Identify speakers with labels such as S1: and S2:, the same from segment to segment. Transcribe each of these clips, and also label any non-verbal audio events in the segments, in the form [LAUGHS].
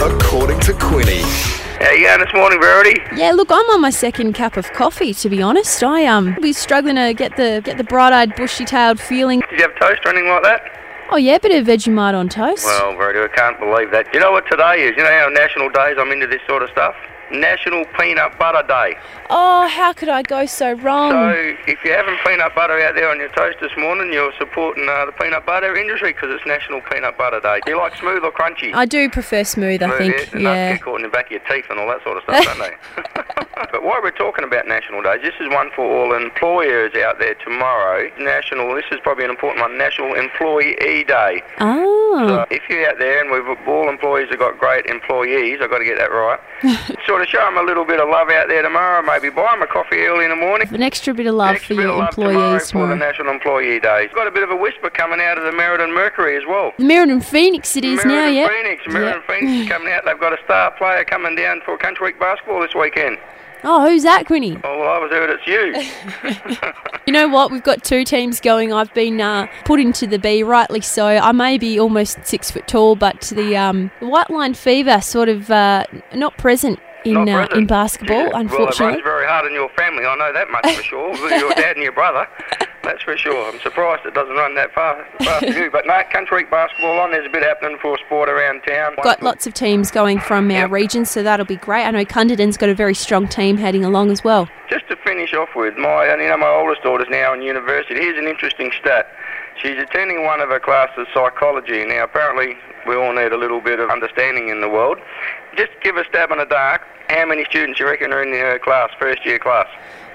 S1: to Quinny.
S2: How you going this morning, Verity?
S3: Yeah, look, I'm on my second cup of coffee. To be honest, I um be struggling to get the get the bright-eyed, bushy-tailed feeling.
S2: Did you have toast or anything like that?
S3: Oh yeah, bit of Vegemite on toast.
S2: Well, Verity, I can't believe that. You know what today is? You know how national days I'm into this sort of stuff? National Peanut Butter Day.
S3: oh, how could I go so wrong?
S2: So if you're having peanut butter out there on your toast this morning, you're supporting uh, the peanut butter industry because it's National Peanut Butter Day. Do you like smooth or crunchy?
S3: I do prefer smooth. I
S2: Smooth,
S3: think.
S2: yeah. Nuts
S3: Yeah.
S2: get caught in the back of your teeth and all that sort of stuff, don't they? [LAUGHS] but while we're talking about National Days, this is one for all employers out there tomorrow. National, this is probably an important one, National Employee Day.
S3: Oh.
S2: So if you're out there, and we've all employees have got great employees, I've got to get that right.
S3: [LAUGHS]
S2: sort of show them a little bit of love out there tomorrow. Maybe buy them a coffee early in the morning.
S3: An extra bit of love
S2: Next
S3: for
S2: bit of
S3: your
S2: love tomorrow
S3: employees
S2: for the
S3: tomorrow.
S2: National Employee Day. Got a bit of a whisper coming out of the Meriden Mercury as well.
S3: The Meriden Phoenix it is now,
S2: Meriden
S3: yeah.
S2: Phoenix, Meriden
S3: [LAUGHS]
S2: Phoenix is coming out. They've got a star player coming down for Country Week basketball this weekend.
S3: Oh, who's that, Quinny?
S2: Oh, well, I was heard it's
S3: [LAUGHS]
S2: you.
S3: You know what? We've got two teams going. I've been uh, put into the B, rightly so. I may be almost six foot tall, but the um, white line fever sort of uh, not present in
S2: Not
S3: uh, in
S2: present.
S3: basketball,
S2: Yeah, Well, it
S3: unfortunately.
S2: runs very hard in your family. I know that much for
S3: [LAUGHS]
S2: sure. With your dad and your brother. That's for sure. I'm surprised it doesn't run that far, far for you. But no, Country Week basketball on. There's a bit happening for sport around town.
S3: got lots of teams going from our
S2: Yep.
S3: region, so that'll be great. I know Cunderdin's got a very strong team heading along as well.
S2: Just to finish off with, my and you know my oldest daughter's now in university. Here's an interesting stat. She's attending one of her classes, psychology. Now, apparently, we all need a little bit of understanding in the world. Just give a stab in the dark. How many students you reckon are in her class, first year class?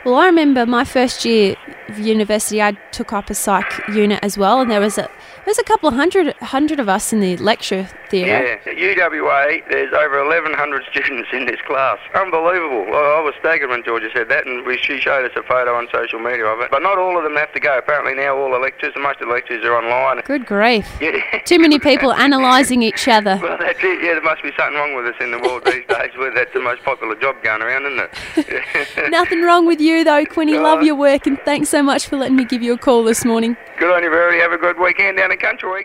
S3: Well, I remember my first year of university, I took up a psych unit as well, and there was a there was a couple of hundred hundred of us in the lecture theatre.
S2: Yeah. At UWA, there's over 1,100 students in this class. Unbelievable. I I was staggered when Georgia said that, and we, she showed us a photo on social media of it. But not all of them have to go. Apparently, now all the lectures, most of the lectures are online. [LAUGHS]
S3: Good grief.
S2: Yeah.
S3: Too
S2: [LAUGHS]
S3: many people analysing each other.
S2: Well, that's it. Yeah, there must be something wrong with us in the world
S3: [LAUGHS]
S2: these days. Where that's the most popular job going around, isn't it? [LAUGHS]
S3: Nothing wrong with you though, Quinny. Love your work and thanks so much for letting me give you a call this morning.
S2: good on you, Verity. Have a good weekend down in Country Week.